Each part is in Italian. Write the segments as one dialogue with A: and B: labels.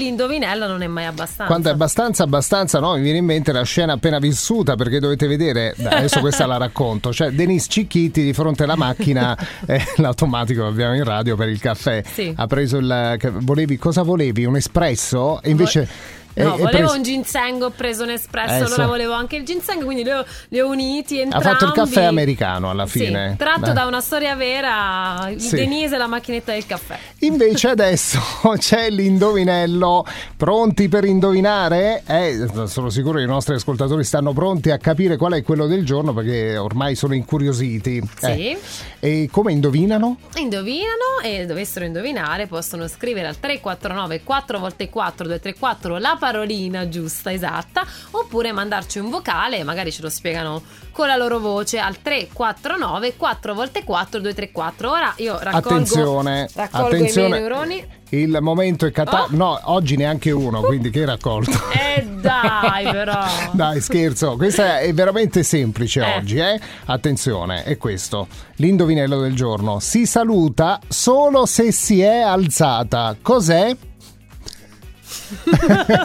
A: dell'indovinello non è mai abbastanza.
B: Quanto è abbastanza, abbastanza, no? Mi viene in mente la scena appena vissuta perché dovete vedere, beh, adesso questa la racconto, cioè Denis Cicchitti di fronte alla macchina, eh, l'automatico che abbiamo in radio per il caffè,
A: Sì.
B: ha preso il... che- volevi, cosa volevi? Un espresso? E invece... eh, e-
A: No,
B: e
A: volevo
B: pres-
A: un ginseng, ho preso un espresso,
B: Eh,
A: allora
B: so.
A: volevo anche il ginseng, quindi li ho, li ho uniti
B: ha
A: entrambi.
B: fatto il caffè americano alla
A: Sì,
B: fine.
A: tratto
B: Eh.
A: da una storia vera, il
B: Sì.
A: Denise e la macchinetta del caffè.
B: Invece adesso c'è l'indovinello. Pronti per indovinare? Eh, sono sicuro che i nostri ascoltatori stanno pronti a capire qual è quello del giorno perché ormai sono incuriositi. Eh,
A: Sì.
B: E come indovinano?
A: Indovinano e dovessero indovinare possono scrivere al 349 4 volte 4 234 la parolina giusta esatta oppure mandarci un vocale e magari ce lo spiegano con la loro voce al 349 4 volte 4 234 ora io raccolgo
B: attenzione,
A: raccolgo
B: attenzione.
A: i miei neuroni
B: Il momento è cata-
A: Oh.
B: No, oggi neanche uno, quindi che raccolto.
A: Eh, dai, però.
B: dai, scherzo. Questa è veramente semplice
A: Eh.
B: oggi, eh? Attenzione, è questo. L'indovinello del giorno. Si saluta solo se si è alzata. Cos'è?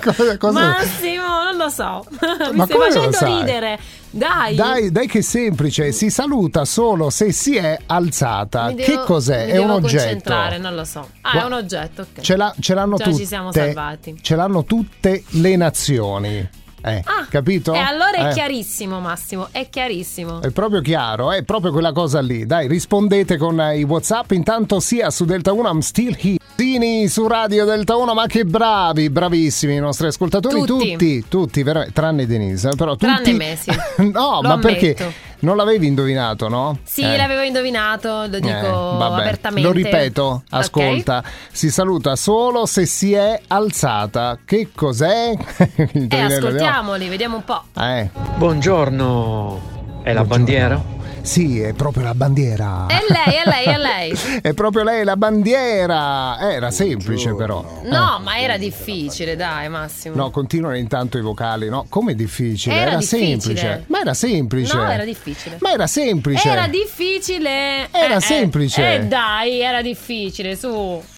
B: Cosa- cosa-
A: Massimo non lo so mi
B: Ma
A: stai
B: come lo
A: facendo
B: sai?
A: ridere dai
B: Dai, dai che è semplice, si saluta solo se si è alzata.
A: Mi
B: che
A: devo-
B: cos'è?
A: mi
B: È un
A: devo
B: oggetto. Certo.
A: concentrare, non lo so. Ah,
B: Gua-
A: è un oggetto, ok.
B: Ce, l'ha- ce l'hanno
A: Già
B: tutte.
A: ci siamo salvati.
B: Ce l'hanno tutte le nazioni. Eh,
A: Ah,
B: capito?
A: E allora è
B: Eh,
A: chiarissimo, Massimo, è chiarissimo.
B: È proprio chiaro, è proprio quella cosa lì. Dai, rispondete con eh, i WhatsApp. Intanto sia su Delta 1, I'm still here. Zini su Radio Delta 1, ma che bravi, bravissimi i nostri ascoltatori.
A: Tutti.
B: tutti, tutti, vera- tranne Denise. eh, Però
A: Tranne
B: tutti...
A: me, sì.
B: no,
A: Lo
B: ma perché?
A: ammetto.
B: Non l'avevi indovinato, no?
A: Sì,
B: Eh.
A: l'avevo indovinato, lo dico
B: Eh, vabbè.
A: apertamente.
B: Lo ripeto,
A: Ok. Eh,
B: ascolta, si saluta solo se si è alzata. Che cos'è?
A: Eh,
B: Indovinello,
A: ascoltiamoli, vediamo un po'.
B: vediamo. Eh,
C: Buongiorno, è la
B: Buongiorno.
C: bandiera?
B: sì, è proprio la bandiera.
A: È lei, è lei, è lei.
B: È proprio lei la bandiera. Era semplice però.
A: No, ma era difficile, dai, Massimo.
B: Eh. No, continuano intanto i vocali, no? Come difficile, era,
A: Era difficile.
B: semplice. Ma era semplice.
A: No, era difficile.
B: Ma era semplice.
A: Era difficile.
B: Era
A: Eh, eh.
B: semplice.
A: Eh, dai, era difficile, su.